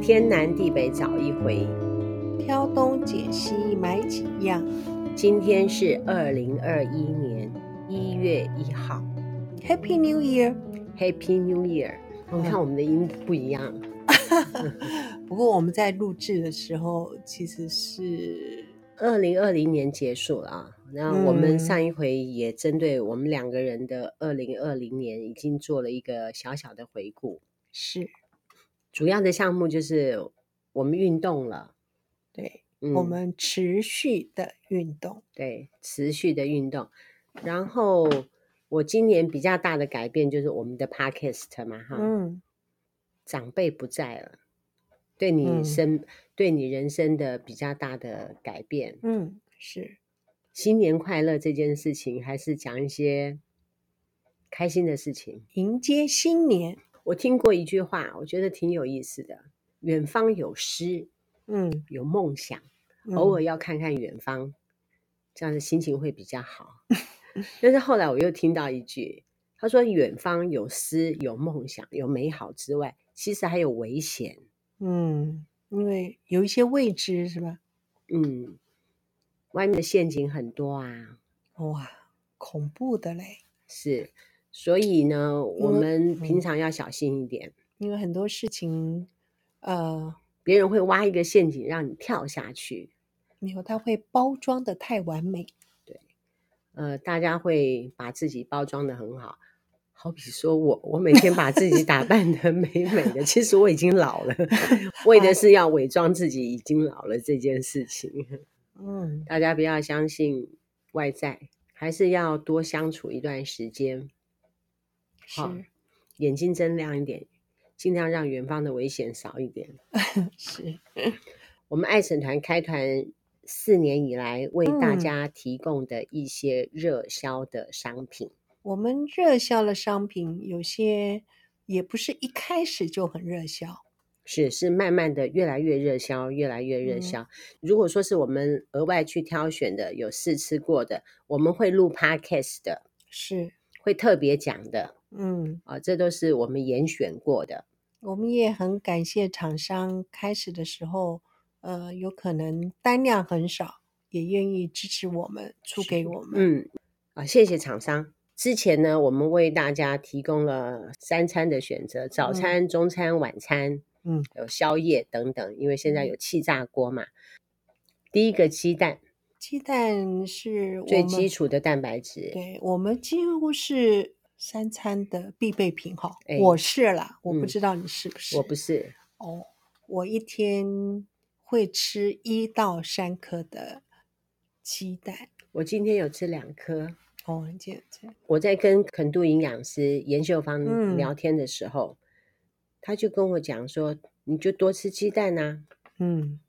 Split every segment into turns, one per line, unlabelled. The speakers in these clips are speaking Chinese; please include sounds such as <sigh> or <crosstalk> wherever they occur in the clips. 天南地北找一回。
挑东拣西买几样，
今天是二零二一年一月一号
Happy New Year！
，Happy New Year！你看我们的音不一样，
不过我们在录制的时候其实是
二零二零年结束了啊。那我们
嗯
上一回也针对我们两个人的二零二零年已经做了一个小小的回顾，
是
主要的项目就是我们运动了，
对、
嗯
我们持续的运动，
对持续的运动。然后我今年比较大的改变就是我们的 podcast 嘛，哈，
嗯，
长辈不在了，对你
嗯
生、对你人生的比较大的改变。
嗯，是
新年快乐这件事情，还是讲一些开心的事情。
迎接新年。
我听过一句话，我觉得挺有意思的：远方有诗，
嗯，
有梦想，
嗯
偶尔要看看远方，这样的心情会比较好。 <laughs> 但是后来我又听到一句，他说：“远方有诗，有梦想，有美好之外，其实还有危险。”
嗯，因为有一些未知是吧？
嗯，外面的陷阱很多啊，
哇，恐怖的嘞！
是，所以呢，我
因为
们平
嗯
常要小心一点，
因为很多事情，呃，
别人会挖一个陷阱让你跳下去，
没有，它会包装的太完美。
呃，大家会把自己包装的很好。好比说我，我每天把自己打扮的美美的，其实我已经老了，为的是要伪装自己已经老了这件事情。 <laughs>
嗯，
大家不要相信外在，还是要多相处一段时间。
是
好眼睛睁亮一点，尽量让远方的危险少一点。
是，
我们爱审团开团四年以来，为大
嗯
家提供的一些热销的商品，
我们热销的商品有些也不是一开始就很热销。
是是慢慢的越来越热销，越来越热
嗯
销。如果说是我们额外去挑选的，有试吃过的，我们会录 podcast 的，
是，
会特别讲的
嗯，
啊，这都是我们严选过的。
我们也很感谢厂商开始的时候，呃，有可能单量很少，也愿意支持我们，出给我们。
嗯，啊，谢谢厂商。之前呢，我们为大家提供了三餐的选择：早
嗯
餐、中餐、晚餐，
嗯，
有宵夜等等。因为现在有
嗯
气炸锅嘛，第一个鸡蛋
鸡蛋是我
最
们
基础的蛋白质，
对我们几乎是三餐的必备品哈。
哎
我是啦，我不
嗯
知道你是不是。
我不是
哦，我一天会吃一到三颗的鸡蛋。
我今天有吃两颗。
哦，很简单。
我在跟肯度营养师严秀芳
嗯
聊天的时候，他就跟我讲说，你就多吃鸡蛋啊，
嗯，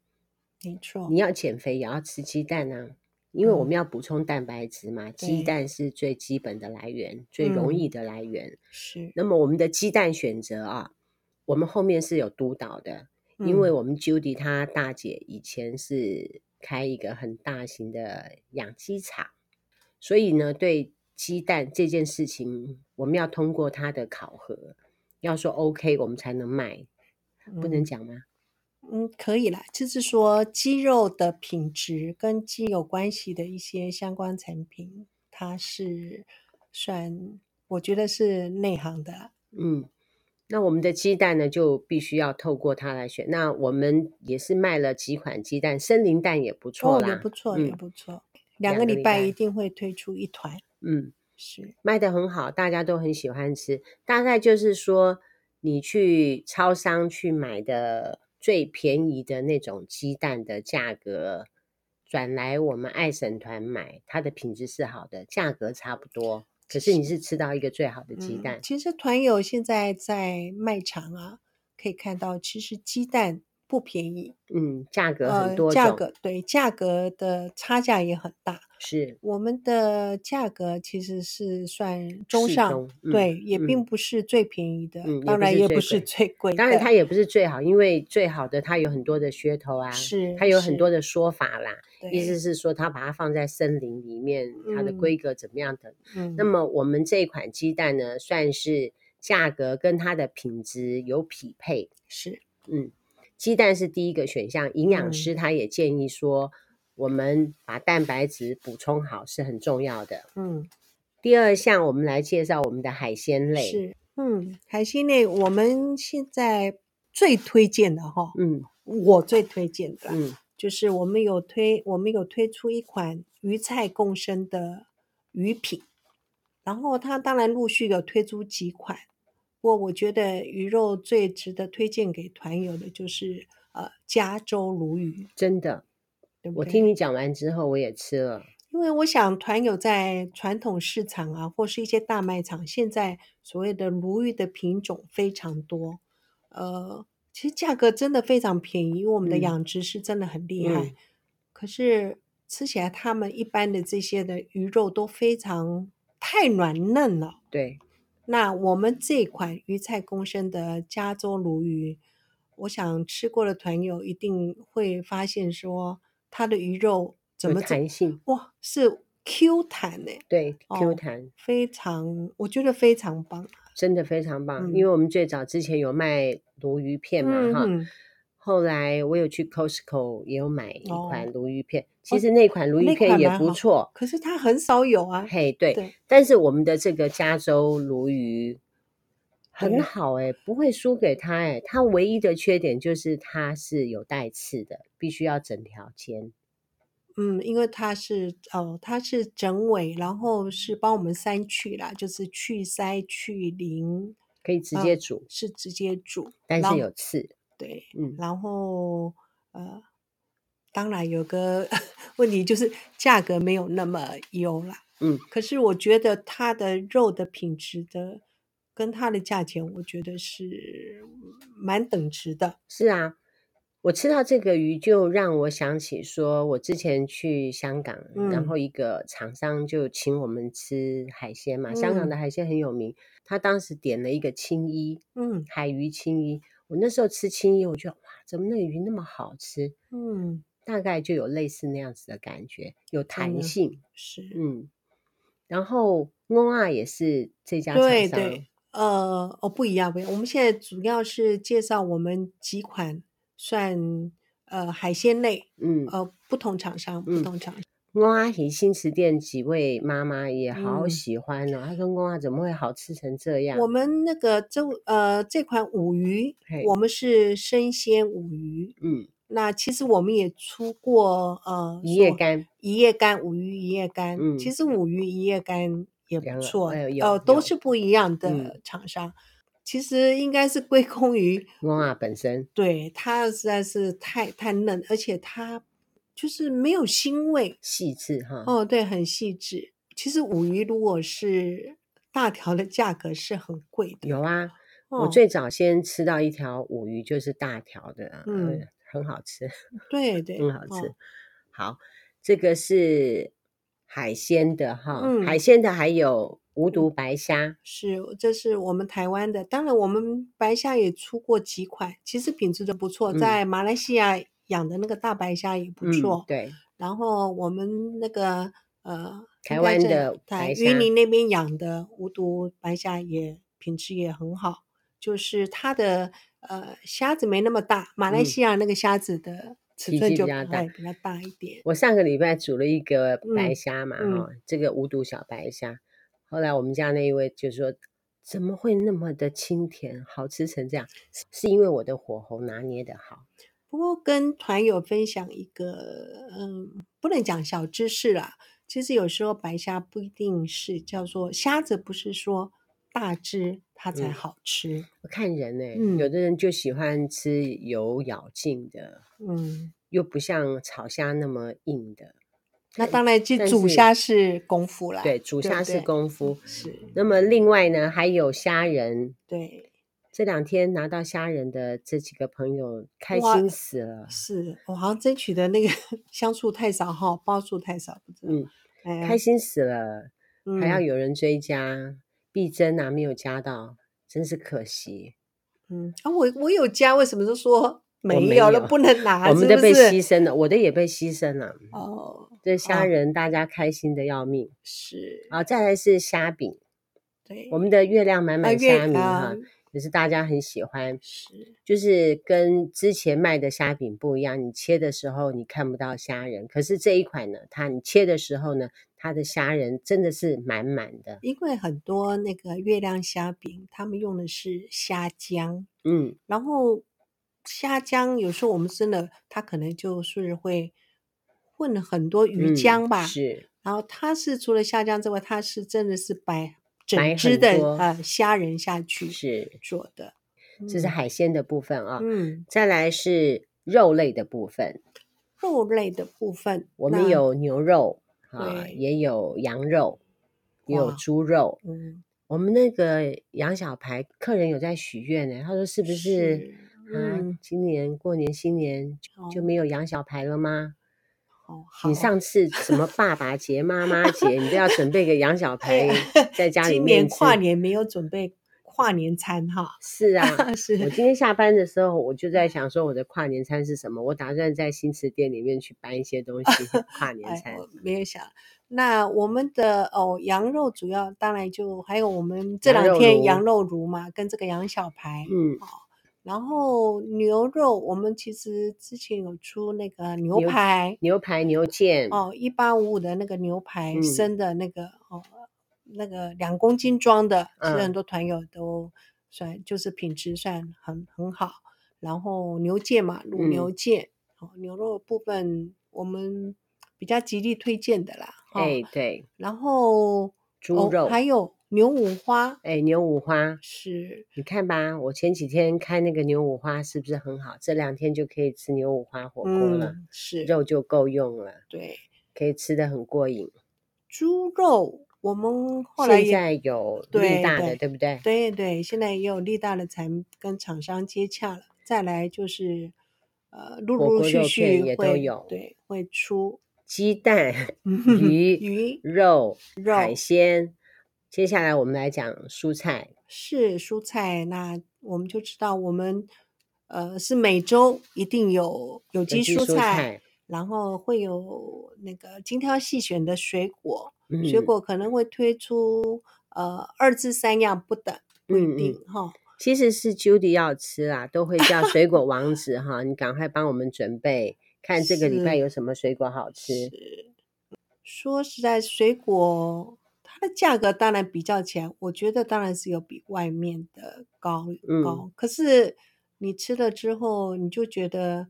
没错
你。要减肥也要吃鸡蛋啊，因为我
嗯
们要补充蛋白质嘛，鸡
对嗯
蛋是最基本的来源，最容易的来源。
是，
那么我们的鸡蛋选择啊，我们后面是有督导的，因为
嗯
我们 Judy 她大姐以前是开一个很大型的养鸡场，所以呢，对鸡蛋这件事情，我们要通过她的考核，要说 OK，我们才能卖，不能
嗯
讲吗？
嗯，可以啦，就是说鸡肉的品质跟鸡有关系的一些相关产品，它是算我觉得是内行的啦。
嗯，那我们的鸡蛋呢，就必须要透过它来选。那我们也是卖了几款鸡蛋，森林蛋也不错
哦，
啦，
也不错，也
嗯
不错。
两
两个
个
礼
礼
拜
拜
一定会推出一团，
嗯，
是，
卖的很好，大家都很喜欢吃。大概就是说，你去超商去买的最便宜的那种鸡蛋的价格，转来我们爱省团买，它的品质是好的，价格差不多，可是你是吃到一个最好的鸡
嗯
蛋。
其实团友现在在卖场啊，可以看到，其实鸡蛋不便宜，
嗯，价格很
呃
多，种，
价格对价格的差价也很大。
是
我们的价格其实是算中
适
上，
中嗯
对，也
嗯
并不是最便宜的，
嗯也
当
不
然
是
也
最
不是
贵
最贵的。
当然，它也不是最好，因为最好的它有很多的噱头啊，
是
它有很
是
多的说法啦。意思
对
是说，它把它放在森林里面，它的
嗯
规格怎么样等。
嗯，
那么我们这一款鸡蛋呢，算是价格跟它的品质有匹配。
是
嗯，鸡蛋是第一个选项。营养
嗯
师他也建议说，我们把蛋白质补充好是很重要的。
嗯，
第二项，我们来介绍我们的海鲜类。，
是，嗯，海鲜类我们现在最推荐的哈，
嗯
我最推荐的啦
嗯
就是我们有推，我们有推出一款鱼菜共生的鱼品，然后它当然陆续有推出几款，不过我觉得鱼肉最值得推荐给团友的就是呃加州鲈鱼，
真的，
对不
我
对
听你讲完之后，我也吃了。
因为我想，团友在传统市场啊，或是一些大卖场，现在所谓的鲈鱼的品种非常多，呃，其实价格真的非常便宜，因为我们的
嗯
养殖是真的很厉害。
嗯
可是吃起来，他们一般的这些的鱼肉都非常太软嫩了。
对，
那我们这款鱼菜共生的加州鲈鱼，我想吃过的团友一定会发现说，它的鱼肉怎
有
么怎
弹性，
哇，是 Q 弹呢、
对，Q
哦
弹。
非常，我觉得非常棒。
真的非常棒，因为我们最早之前有卖鲈鱼片嘛，哈、
嗯，
后来我有去 Costco 也有买一
哦
款鲈鱼片，其实那款鲈鱼
那
片
款
也
蛮
不
好
错，
可是它很少有啊。
嘿，对。
对，
但是我们的这个加州鲈鱼很
对
好哎、不会输给它哎、它唯一的缺点就是它是有带刺的，必须要整条煎。
嗯，因为它是哦，它是整尾，然后是帮我们删去啦，就是去鳃去鳞，
可以直
啊
接煮，
是直接煮。
但
然
是
后
有刺。
对，
嗯，
然后呃，当然有个 <laughs> 问题就是价格没有那么优啦。
嗯，
可是我觉得它的肉的品质的跟它的价钱，我觉得是蛮等值的。
是啊，我吃到这个鱼就让我想起说，我之前去香港，然
嗯
后一个厂商就请我们吃海鲜嘛，香港
嗯
的海鲜很有名，他当时点了一个青衣
嗯
海鱼青衣，我那时候吃青衣，我觉得哇，怎么那个鱼那么好吃？
嗯，
大概就有类似那样子的感觉，有弹
的
性，
是，
嗯。然后翁啊也是这家厂
对
商，
对，呃，哦，不一样不一样。我们现在主要是介绍我们几款算呃海鲜类，
嗯，
呃，不同厂商，不
嗯
同厂商。
翁阿姨新池店几位妈妈也好
嗯
喜欢哦，她说翁阿怎么会好吃成这样？
我们那个这呃这款五鱼
嘿，
我们是生鲜五鱼。
嗯，
那其实我们也出过呃
一夜
说
干，
一夜干五鱼一夜干。
嗯
其实五鱼一夜干也
两
不
个
错，
哎有
呃都
有
是不一样
嗯
的厂商。其实应该是归功于
翁阿本身，
对它实在是太太嫩，而且它就是没有腥味。
细致哈，
哦，对，很细致。其实五鱼如果是大条的价格是很贵的。
有啊。我
哦
最早先吃到一条五鱼，就是大条的啊，
嗯
呃很好吃，
对对，
很嗯好吃
哦。
好，这个是海鲜的哈，
嗯
海鲜的还有无毒白虾，
是，这是我们台湾的。当然，我们白虾也出过几款，其实品质都不错。
嗯
在马来西亚养的那个大白虾也不
嗯
错，。
对，
然后我们那个呃，
台
应该
湾
在
的
台
白虾
云林那边养的无毒白虾也品质也很好，就是它的呃虾子没那么大，马来
嗯
西亚那个虾子的尺
体
寸
积
就
比较大
哎比较大一点。
我上个礼拜煮了一个白
嗯
虾嘛，哈、
嗯
这个无毒小白虾。后来我们家那一位就说：“怎么会那么的清甜，好吃成这样？是是因为我的火候拿捏的好。
不过跟团友分享一个，嗯，不能讲小知识啦。其实有时候白虾不一定是叫做虾子，不是说大只它才
嗯
好吃。
我看人呢、
嗯
有的人就喜欢吃有咬劲的，
嗯，
又不像炒虾那么硬的。
那
对
当然，
但
这煮
是
虾是功夫啦。
对，煮
对
虾
不
是
对嗯
功夫。
是，
那么另外呢，还有虾仁。
对，
这两天拿到虾仁的这几个朋友开
哇
心死了，
是我好像争取的那个 <laughs> 香醋太少哈，包数太少，不知道。
嗯，
哎呀
开心死了。还要
嗯
有人追加，碧珍啊没有加到，真是可惜，
嗯啊，我我有加，为什么都说没
没
有了，
有
不能拿？
我
啊是
们的
不
被
是
牺牲了，我的也被牺牲了。
哦，
这虾
哦
仁大家开心的要命，
是
好，再来是虾饼，
对，
我们的月亮满
啊
满
月
虾米
啊
哈，可是大家很喜欢，
是
就是跟之前卖的虾饼不一样，你切的时候你看不到虾仁，可是这一款呢，它你切的时候呢，它的虾仁真的是满满的，
因为很多那个月亮虾饼，他们用的是虾浆，
嗯，
然后虾浆有时候我们真的，它可能就是会混了很多鱼
嗯
浆吧，
是，
然后它是除了虾浆之外，它是真的是摆
摆
整只
很
的
多
呃虾仁下去
是，
做的，
这是
嗯
海鲜的部分啊、
嗯
再来是肉类的部分，
肉类的部分，
我们
那
有牛肉啊，
对
也有羊肉，也有
哇
猪肉。
嗯
我们那个羊小排客人有在许愿呢，他说是不是啊
嗯？
今年过年新年就
哦
没有羊小排了吗？
好好
你上次什么爸爸节、妈妈节，你都要准备个羊小
<laughs>
排
呀
在家里
今
面
年
吃。
跨年没有准备跨年餐哈，
是啊，
<laughs> 是
我今天下班的时候，我就在想说我的跨年餐是什么，我打算在新词店里面去搬一些东
<laughs>
西跨年
哎
餐，。
我没有想。那我们的哦，羊肉主要当然就还有我们这
羊
两
肉
天
炉
羊肉炉嘛，跟这个羊小排，
嗯，
然后牛肉我们其实之前有出那个牛
牛
排
牛排、牛腱，
哦，一八五五的那个牛排
嗯
生的那个、哦，那个两公斤装的，其实
嗯
很多团友都算、就是品质算很很好。然后牛腱嘛，卤牛
嗯
腱，哦，牛肉部分我们比较极力推荐的啦。哦、
哎，对，
然后
猪
哦
肉
还有牛五花
哎，牛五花，
是
你看吧，我前几天看那个牛五花是不是很好？这两天就可以吃牛五花火锅了，
嗯是
肉就够用了，
对
可以吃的很过瘾。
猪肉，我们后来
现
也
在有
对
力大的，
对
对不对？
对对，现在也有力大的产跟厂商接洽了。再来就是，呃，陆
火
陆
锅
续
肉
续
片也都
会
有嗯
对会出
鸡蛋、鱼、
<laughs> 鱼
肉、
肉
海鲜。接下来我们来讲蔬菜，
是蔬菜，那我们就知道我们呃是每周一定有有机
有机
蔬
呃蔬
菜，然后会有那个精挑细选的水果，
嗯，
水果可能会推出呃二至三样不等，不
嗯嗯
一定哈。
其实是 Judy 要吃啦，都会叫水果王子哈，你赶快帮我们准备，看这个礼拜
是
有什么水果好吃。
说实在，水果它的价格当然比较起来，我觉得当然是有比外面的高
嗯
高。可是你吃了之后，你就觉得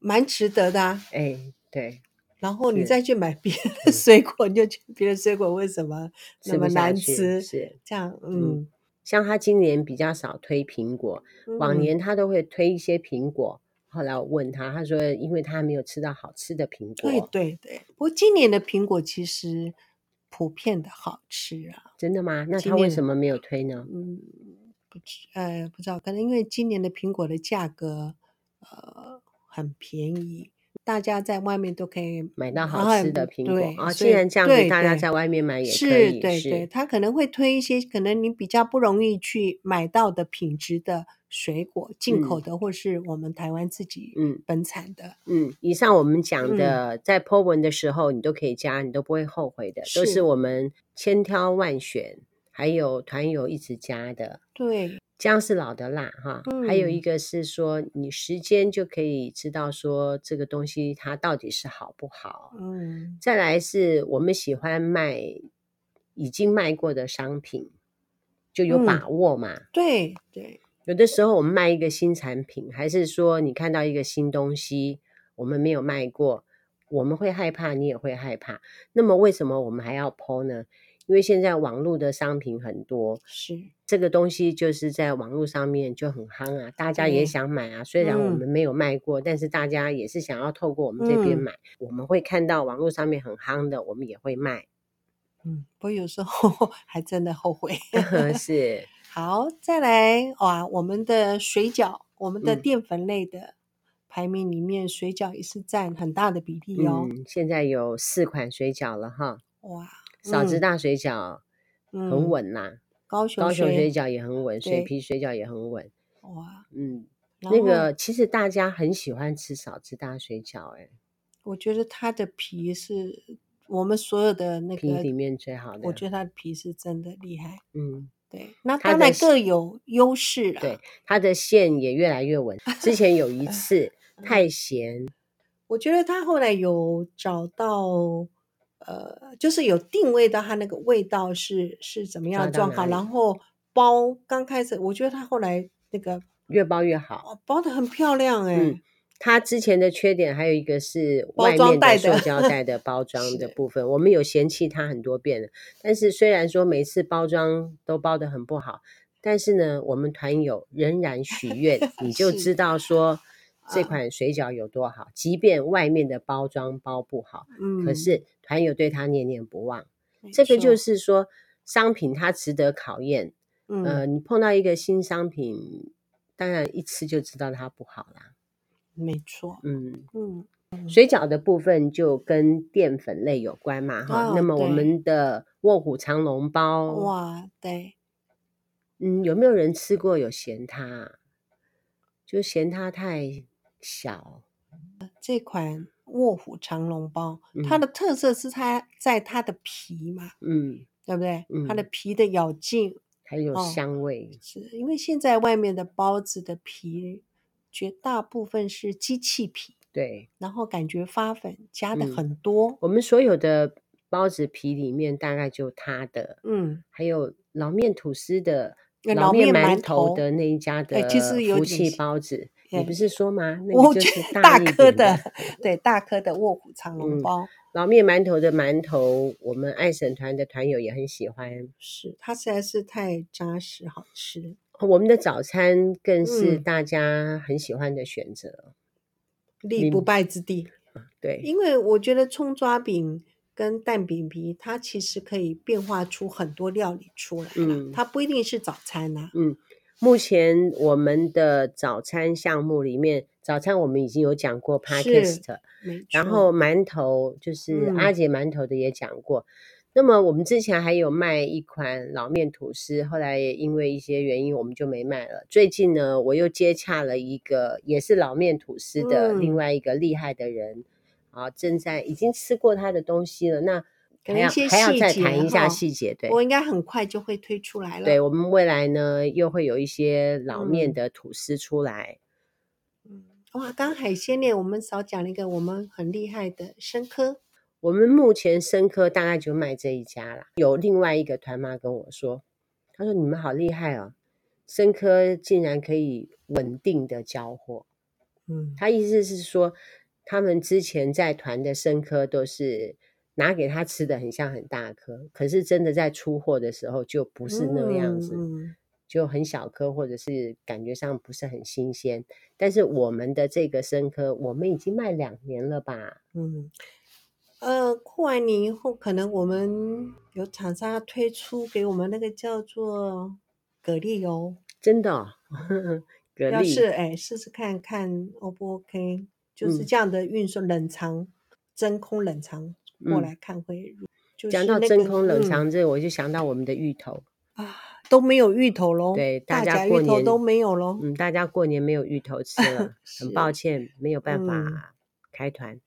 蛮值得的、啊。
哎，对，
然后你
是嗯
再去买别的水果，你就觉得别的水果为什么
吃
那
不
么
下
难
去
吃？
是。
这样，嗯，
像他今年比较少推苹果，往
嗯
年他都会推一些苹果。后来我问他，他说因为他还没有吃到好吃的苹
对
果，
对对。不过今年的苹果其实普遍的好吃啊，
真的吗？那
今
他为
年
什么没有推呢？
嗯，不知呃不知道，可能因为今年的苹果的价格呃很便宜，大家在外面都可以
买到
然后
好吃的苹
对
果啊，既
所以
然这样
对
子，大家
对
在外面买也可
是，
以，
对对，他可能会推一些可能你比较不容易去买到的品质的水果，进口
嗯
的、或是我们台湾自己
嗯
本产的，
嗯，以上我们讲
嗯
的，在 po 文的时候，你都可以加，你都不会后悔的，都是
是
我们千挑万选，还有团友一直加的。
对，
姜是老的辣哈，还有一
嗯
个是说你时间就可以知道说这个东西它到底是好不好。
嗯
再来是我们喜欢卖已经卖过的商品，就有
嗯
把握嘛。
对对，
有的时候我们卖一个新产品，还是说你看到一个新东西，我们没有卖过，我们会害怕，你也会害怕。那么为什么我们还要剖呢？因为现在网络的商品很多，
是
这个东西就是在网络上面就很夯啊，大家也
对嗯
想买啊。虽然我们没有卖过，但是大家也是想要透过我们这边
嗯
买。我们会看到网络上面很夯的，我们也会
<laughs>
卖。
嗯，不过有时候 <laughs> 还真的后悔。
是，
好，再来哇，我们的水饺，我们的
嗯
淀粉类的排名里面，水饺也是占很大的比例哦。
嗯，现在有四款水饺了哈，
哇，
嫂子
嗯
大水饺很
嗯
稳啦，
高雄
高雄水
水
饺也很稳，水
对
皮水饺也很稳。
哇，
嗯，
然
那
后
个其实大家很喜欢吃少汁大水饺、欸，
我觉得它的皮是我们所有的那
皮
个
里面最好的。
我觉得它的皮是真的厉害。
嗯，
对，那
它
当
的
然
是
各有优势啦。
对它的线也越来越稳。之前有
<laughs>
一次太闲，
我觉得他后来有找到，呃，就是有定位到他那个味道是是怎么样的
抓到
状况，
哪里
然后包刚开始，我觉得他后来那个
越包越好。
哦包的很漂亮哎、
嗯它之前的缺点还有一个是
包
外
装
面
袋
的塑
的
胶袋的
<laughs>
包装的
是
部分，我们有嫌弃它很多遍了。但是虽然说每次包装都包得很不好，但是呢，我们团友仍然许愿，你就是知道说这
啊
款水饺有多好，即便外面的包装包不好，
嗯，
可是团友对它念念不忘。
没
这个就
错
是说，商品它值得考验。
嗯、
呃，你碰到一个新商品，当然一吃就知道它不好啦。
没错，
嗯，
嗯
水饺的部分就跟淀粉类有关嘛，哈。
哦
那么我
对
们的卧虎藏龙包，，
哇对，
嗯，有没有人吃过有嫌它啊？就嫌它太小，
这款卧虎藏龙包，它
嗯
的特色是它在它的皮嘛，
嗯，
对不对？它的
嗯
皮的咬劲，
还有
哦
香味，
是因为现在外面的包子的皮绝大部分是机器皮，
对。
然后感觉发粉加的
嗯
很多，
我们所有的包子皮里面大概就它的，
嗯，
还有老面吐司的、
呃
老
老
面
面
馒
馒
头
头
的那一家的
哎其实有
福
点
气
像
包子，你不
哎
是说吗？那
我
个就
觉
是
得大
一
颗
点
的 <laughs>
的，
对大颗的卧虎藏龙
嗯
包、
老面馒头的馒头，我们爱省团的团友也很喜欢。
是它实在是太扎实好吃，
我们的早餐更是
嗯
大家很喜欢的选择，
立不败之地。
对，
因为我觉得葱抓饼跟蛋饼皮，它其实可以变化出很多料理出来啦，
嗯
它不一定是早餐呐、
目前我们的早餐项目里面，早餐我们已经有讲过 podcast，
没错。
然后馒头就是阿
嗯
姐馒头的也讲过。那么我们之前还有卖一款老面吐司，后来也因为一些原因我们就没卖了。最近呢，我又接洽了一个也是老面吐司的另
嗯
外一个厉害的人，啊，正在已经吃过他的东西了。那
可
还
能一
要
些
还要
细
再
节
谈一下
哈
细节，对。
我应该很快就会推出来了。
对我们未来呢，又会有一些老面
嗯
的吐司出来。
嗯，哇，刚海鲜类我们少讲了一个我们很厉害的生科，
我们目前生科大概就卖这一家啦。有另外一个团妈跟我说，她说你们好厉害哦，生科竟然可以稳定的交货。
嗯，
她意思是说，他们之前在团的生科都是拿给他吃的，很像很大颗，可是真的在出货的时候就不是那个样子。
嗯
就很小颗，或者是感觉上不是很新鲜。但是我们的这个生科，我们已经卖两年了吧？
嗯，呃，过完年以后，可能我们有厂商要推出给我们那个叫做蛤蜊油，
真的、哦， <laughs> 蛤
要是
蜊，
哎试试看看 O 不 OK，就是
嗯
这样的运送冷藏、真空冷藏过
嗯
来看会入，就是
讲到
那
真
个
空冷
嗯
藏这，我就想到我们的芋头。
啊都没有芋头喽，
对大
哦大
家
甲
过
芋头
年
都没有喽，
嗯，大家过年没有芋头吃
<laughs>
了，很抱
是
歉，没有办
嗯
法开团。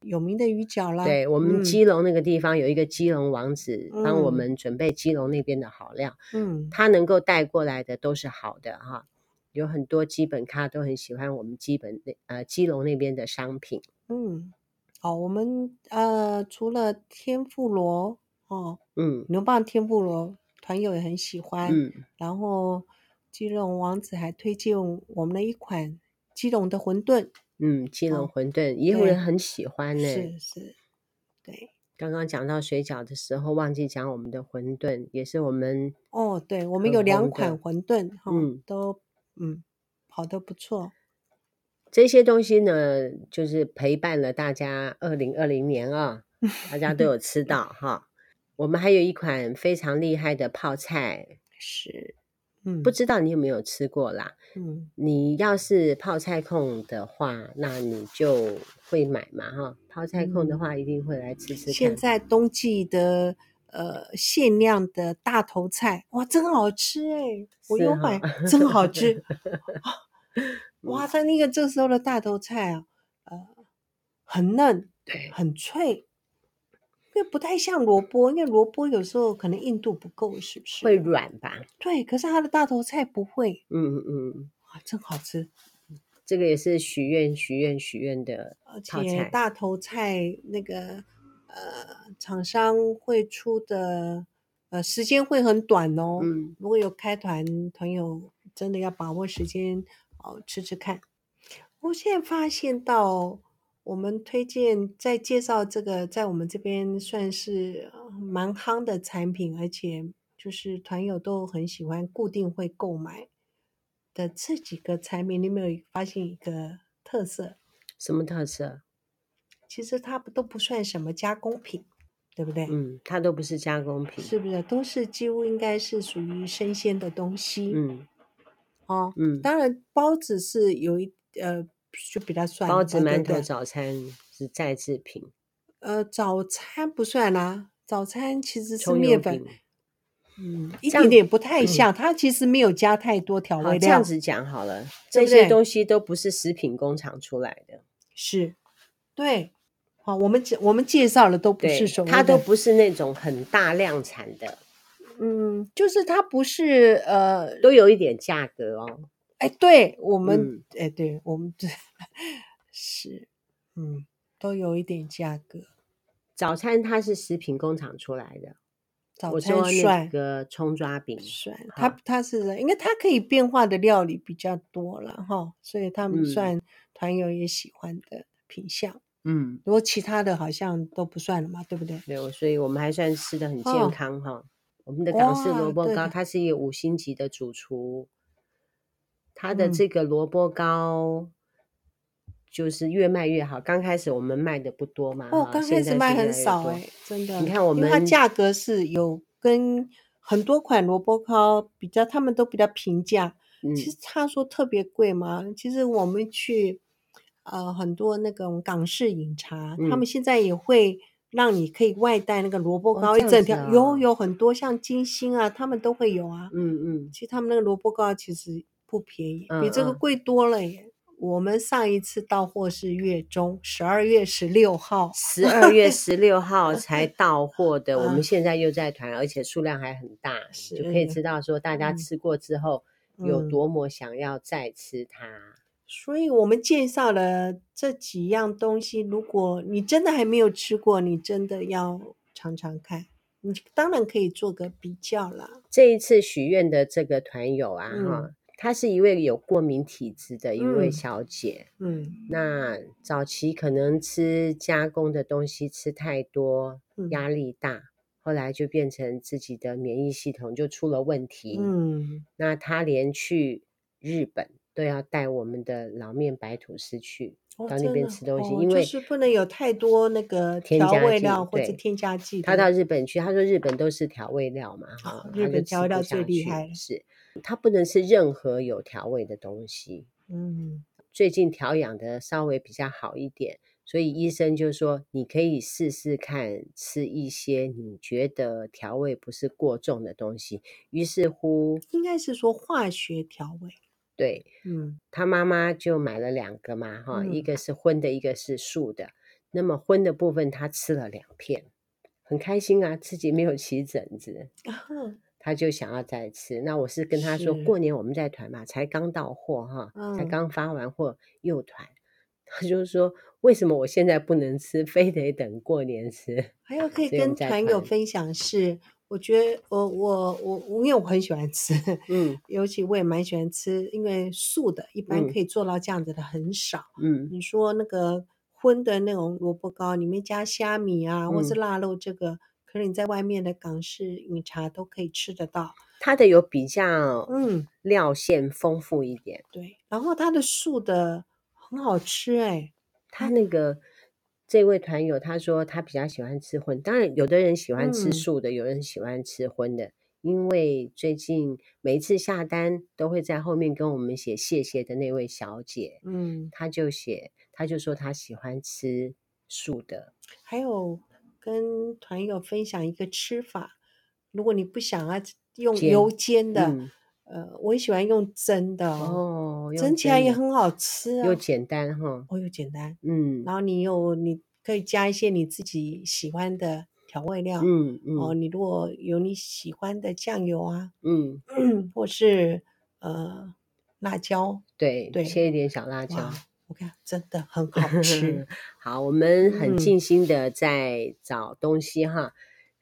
有名的鱼饺啦，
对我们
嗯
基隆那个地方有一个基隆王子，帮我
嗯
们准备基隆那边的好料。
嗯
他能够带过来的都是好的哈。有很多基本咖都很喜欢我们基本那呃基隆那边的商品，
嗯，好，我们呃除了天妇罗哦，
嗯
牛蒡天妇罗团友也很喜欢，
嗯
然后基隆王子还推荐我们的一款基隆的馄饨，
嗯，基隆
哦
馄饨也有
对
人很喜欢呢、
是是，对，
刚刚讲到水饺的时候，忘记讲我们的馄饨，也是我们
哦，对，我们
很
有两
红
款
的
馄饨哈、
嗯
都嗯跑得不错，
这些东西呢，就是陪伴了大家二零二零年啊，大家都有吃到哈。我们还有一款非常厉害的泡菜，
是，嗯
不知道你有没有吃过啦？
嗯
你要是泡菜控的话，那你就会买嘛哈。泡菜控的话，一定会来吃吃
现
看。
在冬季的呃限量的大头菜，哇，真好吃哎、我
是
有
哈嗯
买，真好吃。哦
<laughs>
哇，它那个这时候的大头菜啊，呃，很嫩，
对
很脆，因为不太像萝卜，因为萝卜有时候可能硬度不够，是不是？
会软吧？
对，可是它的大头菜不会，
嗯嗯嗯，
哇，真好吃！
这个也是许愿许愿许愿的
而
泡
且
菜，
大头菜那个呃厂商会出的呃时间会很短哦。
嗯
如果有开团朋友，真的要把握时间哦，吃吃看。我现在发现到，我们推荐在介绍这个在我们这边算是呃蛮夯的产品，而且就是团友都很喜欢，固定会购买的这几个产品，你有没有发现一个特色？
什么特色？
其实它不都不算什么加工品，对不对？
嗯，它都不是加工品，
是不是都是几乎应该是属于生鲜的东西、
嗯
哦？
嗯，
当然，包子是有一呃，就比较算
包
了
子、
啊对
馒
对
头、早餐是再制品，
呃，早餐不算啦、早餐其实是
葱
面
油
粉
饼，。
嗯，一
这样
点点不太
嗯
像，它其实没有加太多调
好，
味
这样
料，
子讲好了，这
对不
些
对
东西都不是食品工厂出来的，
是，对，好，我们介我们介绍了都不是
对
所，谓
它
的
都不是那种很大量产的，
嗯，就是它不是呃，
都有一点价格哦。
哎，对我们
嗯，
哎、对 <laughs> 我们这是，嗯，都有一点价格，
早餐它是食品工厂出来的，
早
我
餐
说那
涮
个葱抓饼，
算，它
好
它是因为它可以变化的料理比较多了哈，所以他们
嗯
算团友也喜欢的品相。
嗯，
如果其他的好像都不算了嘛，对不对？
对，我所以我们还算吃的很
哦
健康哈、我们的港式
哇
萝卜
对
糕，
的
它是一个五星级的主厨，他的
嗯
这个萝卜糕就是越卖越好。刚开始我们卖的不多嘛，
哦
哈，
刚
啊现
开始
在
卖
是越
很
来越
少
多
哎、真的。
你看我
因为它
们
价格是有跟很多款萝卜糕比较，他们都比较平价。
嗯，
其实他说特别贵嘛，其实我们去呃很多那种港式饮茶，他们
嗯
现在也会让你可以外带那个萝卜
哦
糕、
这
一
样
整
子
条，
啊
有有很多像金星啊，他们都会有啊。
嗯
<laughs>
嗯
其实他们那个萝卜糕其实不便宜，比这个
嗯嗯
贵多了耶。我们上一次到货是月中，十二月十六号，
十二月十六
<laughs>
号才到货的，我
啊
们现在又在团，而且数量还很大，你就可以
是
知道说大家
嗯
吃过之后有
嗯
多么想要再吃它。
所以我们介绍了这几样东西，如果你真的还没有吃过，你真的要尝尝看。你当然可以做个比较啦。
这一次许愿的这个团友啊，
嗯
哈、她是一位有过敏体质的一位
嗯
小姐。
嗯
那早期可能吃加工的东西吃太多，
嗯
压力大，后来就变成自己的免疫系统就出了问题。
嗯，
那她连去日本都要带我们的老面白吐司去
哦
到
真
那
的
边吃东西，
哦
因
就
为
是不能有太多那个
添
调
加
味
剂
料或者
对
添加剂的。
他到日本去，他说日本都是调味料嘛，哈、
啊
他
日
就
本
吃
调味
不
料最
下
厉
去
害了
是他不能吃任何有调味的东西。
嗯
最近调养的稍微比较好一点，所以医生就说你可以试试看吃一些你觉得调味不是过重的东西。于是乎，
应该是说化学调味。
对
嗯
他妈妈就买了两个嘛，哈、一
嗯
个是荤的，一个是素的。那么荤的部分他吃了两片，很开心啊，自己没有起疹子。
啊，
他就想要再吃。那我是跟他说，
是
过年我们再团嘛，才刚到货哈，才
嗯
刚发完货又团。 <laughs> 他就说，为什么我现在不能吃，非得等过年吃？
还有可以
所以我
跟
们再
团友
团。
分享是，我觉得我我我我，因为我很喜欢吃，
嗯
<laughs> 尤其我也蛮喜欢吃，因为素的一般
嗯
可以做到这样子的很少。
嗯
你说那个荤的那种萝卜糕，里面加虾米啊，或是
嗯，
腊肉，这个可能你在外面的港式饮茶都可以吃得到。
他的有比较
嗯，
料线丰富一点，
对。然后它的素的很好吃哎、
他那个。这位团友他说他比较喜欢吃荤，当然有的人喜欢吃
嗯
素的，有人喜欢吃荤的，因为最近每一次下单都会在后面跟我们写谢谢的那位小姐，
嗯，
她就写，她就说她喜欢吃素的，
还有跟团友分享一个吃法，如果你不想要用
煎
油煎的，
嗯，
呃，我也喜欢用蒸的哦，
哦，用
蒸起来
真
也
的
很好吃啊，
又简单哈，
哦又简单，
嗯
然后你有你可以加一些你自己喜欢的调味料。
嗯
哦，
嗯
你如果有你喜欢的酱油啊，
嗯，
或是呃辣椒，
对，
对
切一点小辣椒。
哇。，我看真的很好吃
<laughs> 好，我们很
嗯
尽心的在找东西哈，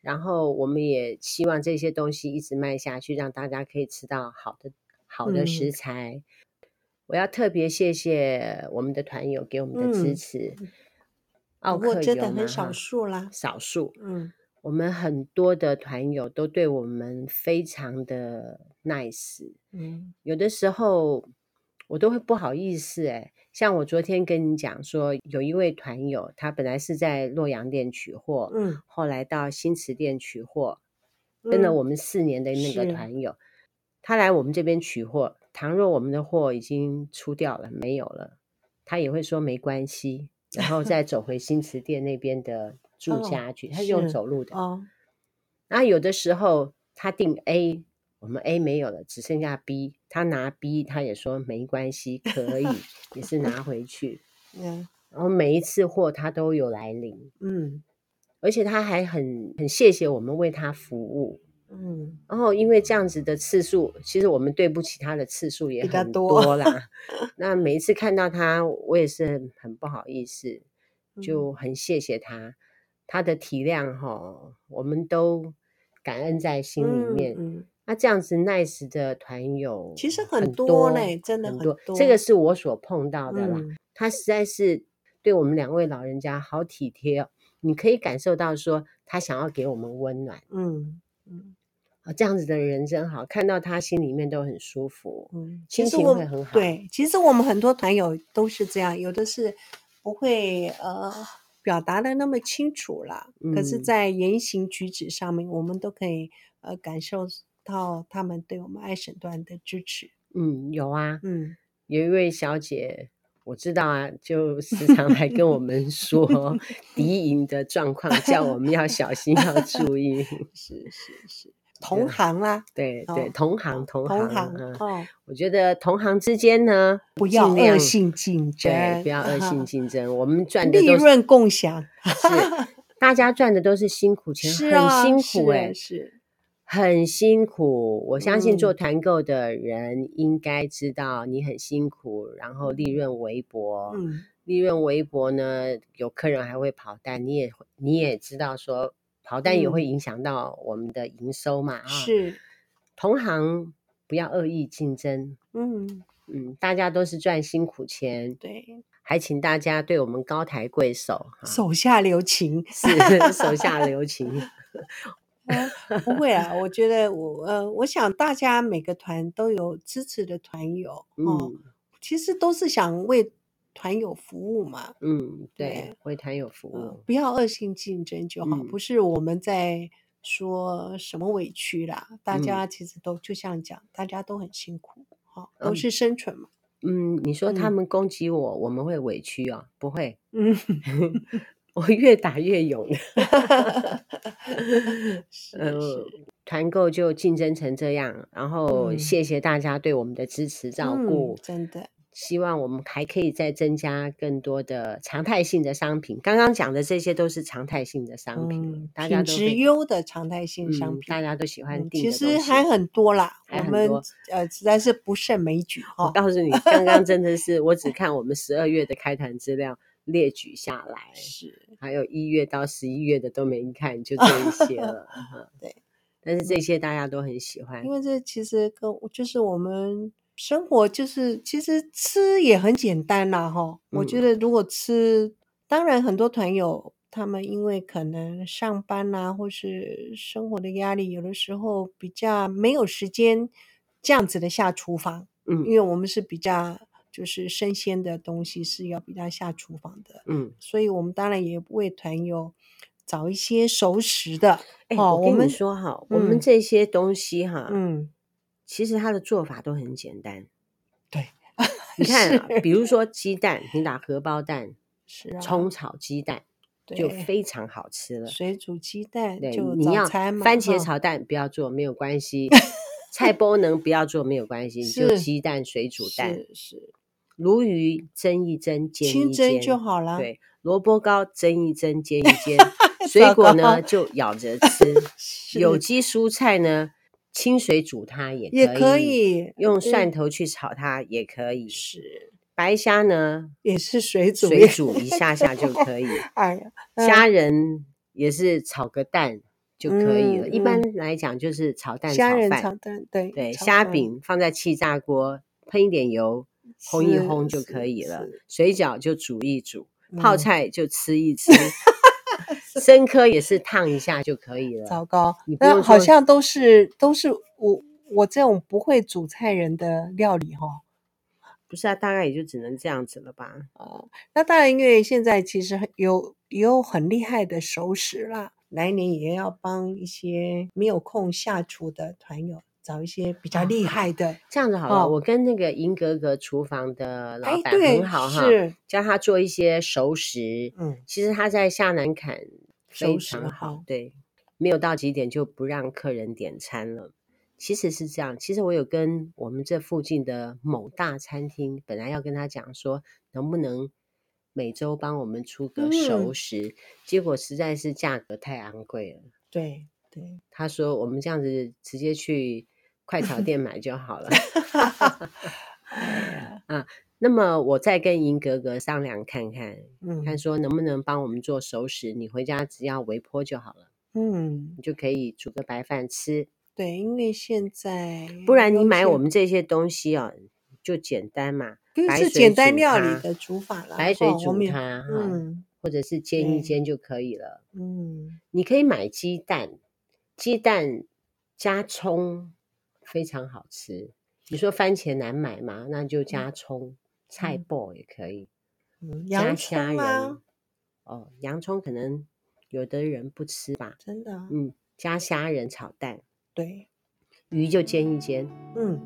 然后我们也希望这些东西一直卖下去，让大家可以吃到好的好的食
嗯
材。我要特别谢谢我们的团友给我们的支
嗯
持，奥
不过
克
真
有
的
嘛
很少
哈
数啦。
少数，
嗯
我们很多的团友都对我们非常的 nice，
嗯
有的时候我都会不好意思哎、像我昨天跟你讲说，有一位团友，他本来是在洛阳店取货，
嗯，
后来到新池店取货，跟了
嗯
我们四年的那个
是
团友，他来我们这边取货，倘若我们的货已经出掉了，没有了，他也会说没关系，然后
<laughs>
再走回新池店那边的住
哦
家去，他是用
是
走路的。
哦，
那有的时候他订 A，我们 A 没有了，只剩下 B，他拿 B，他也说没关系，可以，也是拿回去。
嗯
然后每一次货他都有来领，
嗯
而且他还很很谢谢我们为他服务。
嗯，
然后因为这样子的次数，其实我们对不起他的次数也
比较
很
多 <laughs>
啦。那每一次看到他，我也是很很不好意思，
嗯
就很谢谢他，他的体谅哈，我们都感恩在心里
嗯
面。
嗯
那这样子 nice 的团友，
其实
很
很多
嘞，
嘞，真的
很
多。
这个是我所碰到的啦。
嗯
他实在是对我们两位老人家好体贴哦，你可以感受到说他想要给我们温暖
嗯嗯
啊，这样子的人真好，看到他心里面都很舒服。
嗯，
心
其实
情
我
会
们
很好
对，其实我们很多团友都是这样，有的是不会呃表达的那么清楚啦，可是，
嗯
在言行举止上面，我们都可以呃感受到他们对我们爱审团的支持。
嗯，有啊，
嗯
有一位小姐，我知道啊，就时常来跟我们
<laughs>
说敌营的状况，叫我们要小心，要注意。 <laughs>
是是是，同行啦，
对对，
哦
同行同行，
行
嗯
哦，
我觉得同行之间呢，
不要
尽量
恶性
对，
竞争，
不要恶性竞争。我们赚的
利
都是
润共享，
是大家赚的都是辛苦钱，
是啊，
很
是
辛苦哎、
是，
很辛苦。我相信做
嗯
团购的人应该知道你很辛苦，然后利润微薄，
嗯
利润微薄呢，有客人还会跑单，你也会你也知道说跑单也会
嗯
影响到我们的营收嘛啊。
是，
同行不要恶意竞争，
嗯
嗯，大家都是赚辛苦钱，
对，
还请大家对我们高抬贵手哈，
手下
<laughs>
留情，
是手下留情。嗯
<laughs> 不会啊，我觉得我呃，我想大家每个团都有支持的团友哦，
嗯
其实都是想为团友服务嘛，
嗯，对
对，
为团友服
嗯、
务，
不要恶性竞争就好，
嗯
不是我们在说什么委屈啦，大
嗯
家其实都就像讲，大家都很辛苦，好、都
嗯
是生存嘛，
嗯，你说他
嗯
们攻击我，我们会委屈哦？不会， <laughs>
嗯，
我越打越勇。
是
呃
是，
团购就竞争成这样，然后
嗯
谢谢大家对我们的支持照顾
嗯，，真的，
希望我们还可以再增加更多的常态性的商品。刚刚讲的这些都是常态性的商品了，
嗯，
大家
品
都
质
会
优的常态性商
嗯，
品
大。家都喜欢
嗯，
订
其
的
实
东西
还很多啦，
还
我
很
们
多哦
呃实在是不胜枚举
我
哦哈。
告
<laughs>
诉你，刚刚真的是我只看我们十二月的开团资料列举下
哎
来，
是，
还有一月到十一月的都没看，就这一些
<laughs>
了。哈
对，嗯
但是这些大家都很喜欢
因。为这其实跟就是我们生活就是其实吃也很简单啦哈。我觉
嗯
得如果吃，当然很多团友他们因为可能上班啦、或是生活的压力，有的时候比较没有时间这样子的下厨房，因
嗯
为我们是比较就是生鲜的东西是要比较下厨房的。
嗯，
所以我们当然也为团友找一些熟食的。
哎、
哦，
我跟
们
你，说哈，我们
嗯
这些东西哈，
嗯，
其实它的做法都很简
<laughs>
单。
对，
你看、啊，
是
比如说鸡蛋，你打荷包蛋，
是啊，
葱炒鸡蛋就
对
非常好吃了。
水煮鸡蛋
对，
就
你
早
要
餐嘛，
番茄
哈
炒蛋不要做，没有关系。
<laughs>
菜包能不要做没有关系，你就是鸡蛋水煮蛋，
是是
鲈鱼蒸一蒸，煎
清
一
蒸
煎
就好啦。
对，萝卜糕蒸一蒸，煎一
<laughs>
煎；水果
糟
呢
糕 <laughs>
就咬着吃，
是
有机蔬菜呢清水煮它也
也可以嗯
用蒜头去炒它也可以，
是
白虾呢
也是水煮
水
也
煮一下下就可以，
哎呀，
虾仁也是炒个蛋就可以了。
嗯
一般来讲就是炒蛋
虾
炒
仁
饭
炒蛋对
对，
炒
虾
饭
饼放在气炸锅，喷一点油，烘一
是
烘就是可以了
是。
水饺就煮一煮，泡
嗯
菜就吃一
<laughs>
吃，生科也是烫一下就可以了。
糟糕
你，不
那
用
好
说
像都是都是我我这种不会煮菜人的料理哈、
不是啊，大概也就只能这样子了吧？
那当然，因为现在其实很有也有很厉害的熟食啦，来年也要帮一些没有空下厨的团友找一些比
啊
较厉害的。
这样子好了，
哦
我跟那个银格格厨房的老
哎，
板
对，
很好哈，
是，
教他做一些熟食。
嗯，
其实他在下南坎非
熟食
常好
哈，
对，没有到几点就不让客人点餐了。其实是这样，其实我有跟我们这附近的某大餐厅，本来要跟他讲说，能不能每周帮我们出个熟
嗯
食，结果实在是价格太昂贵了。
对对，
他说我们这样子直接去快炒店买就好了。 <laughs> 啊那么我再跟银格格商量看看，
嗯
看说能不能帮我们做熟食，你回家只要微波就好了，
嗯，
你就可以煮个白饭吃。
对，因为现在
不然你
尤
买
其
我们这些东西哦，就简单嘛，
就
白
是
水
简单
煮
料
它
理的煮法啦，
白水
哦我
煮啊
们也
它哈
嗯
或者是煎一
对
煎就可以了。
嗯，
你可以买鸡蛋，鸡蛋加葱非常好吃。你说番茄难买嘛？那就加葱，菜
嗯
爆也可以，
嗯
加
洋
虾
葱
仁
啊，。
哦，洋葱可能有的人不吃吧。
真的啊，
嗯，加虾仁炒蛋，
对，
鱼就煎一煎，
嗯，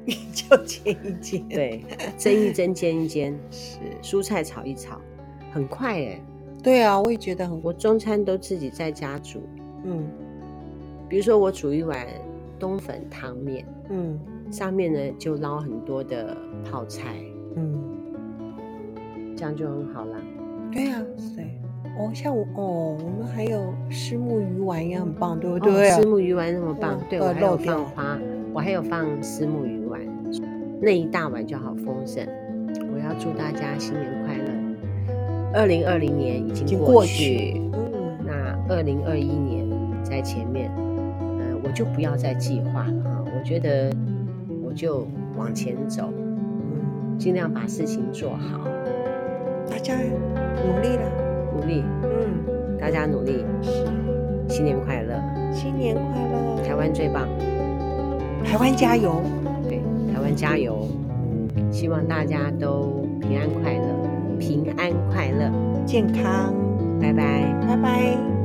<laughs> 就煎一煎，，
对，蒸一蒸，煎一煎，
<laughs> 是。
蔬菜炒一炒，很快哎、
对啊，我也觉得很
我中餐都自己在家煮，
嗯
比如说我煮一碗冬粉汤面，
嗯
上面呢就捞很多的泡菜，
嗯，
这样就很好啦。
对啊，对。哦，像我哦，我们还有虱目鱼丸也很棒，对不
哦
对啊？
虱目鱼丸那么棒，
嗯
对
呃
我还有
漏掉
放花，我还有放虱目鱼丸，那一大碗就好丰盛。我要祝大家新年快乐！二零二零年已
已
经
经
过
过
去，
去，嗯，
那二零二一年在前面，呃，我就不要再计划了啊！我觉得我就往前走，
嗯
尽量把事情做好，
大家努力啦，
努力，
嗯，
大家努力，
是，
新年快乐，
新年快乐，
台湾最棒，
台湾加油，
对，台湾加油！
嗯，
希望大家都平安快乐，平安快乐，
健康，
拜拜。
拜拜。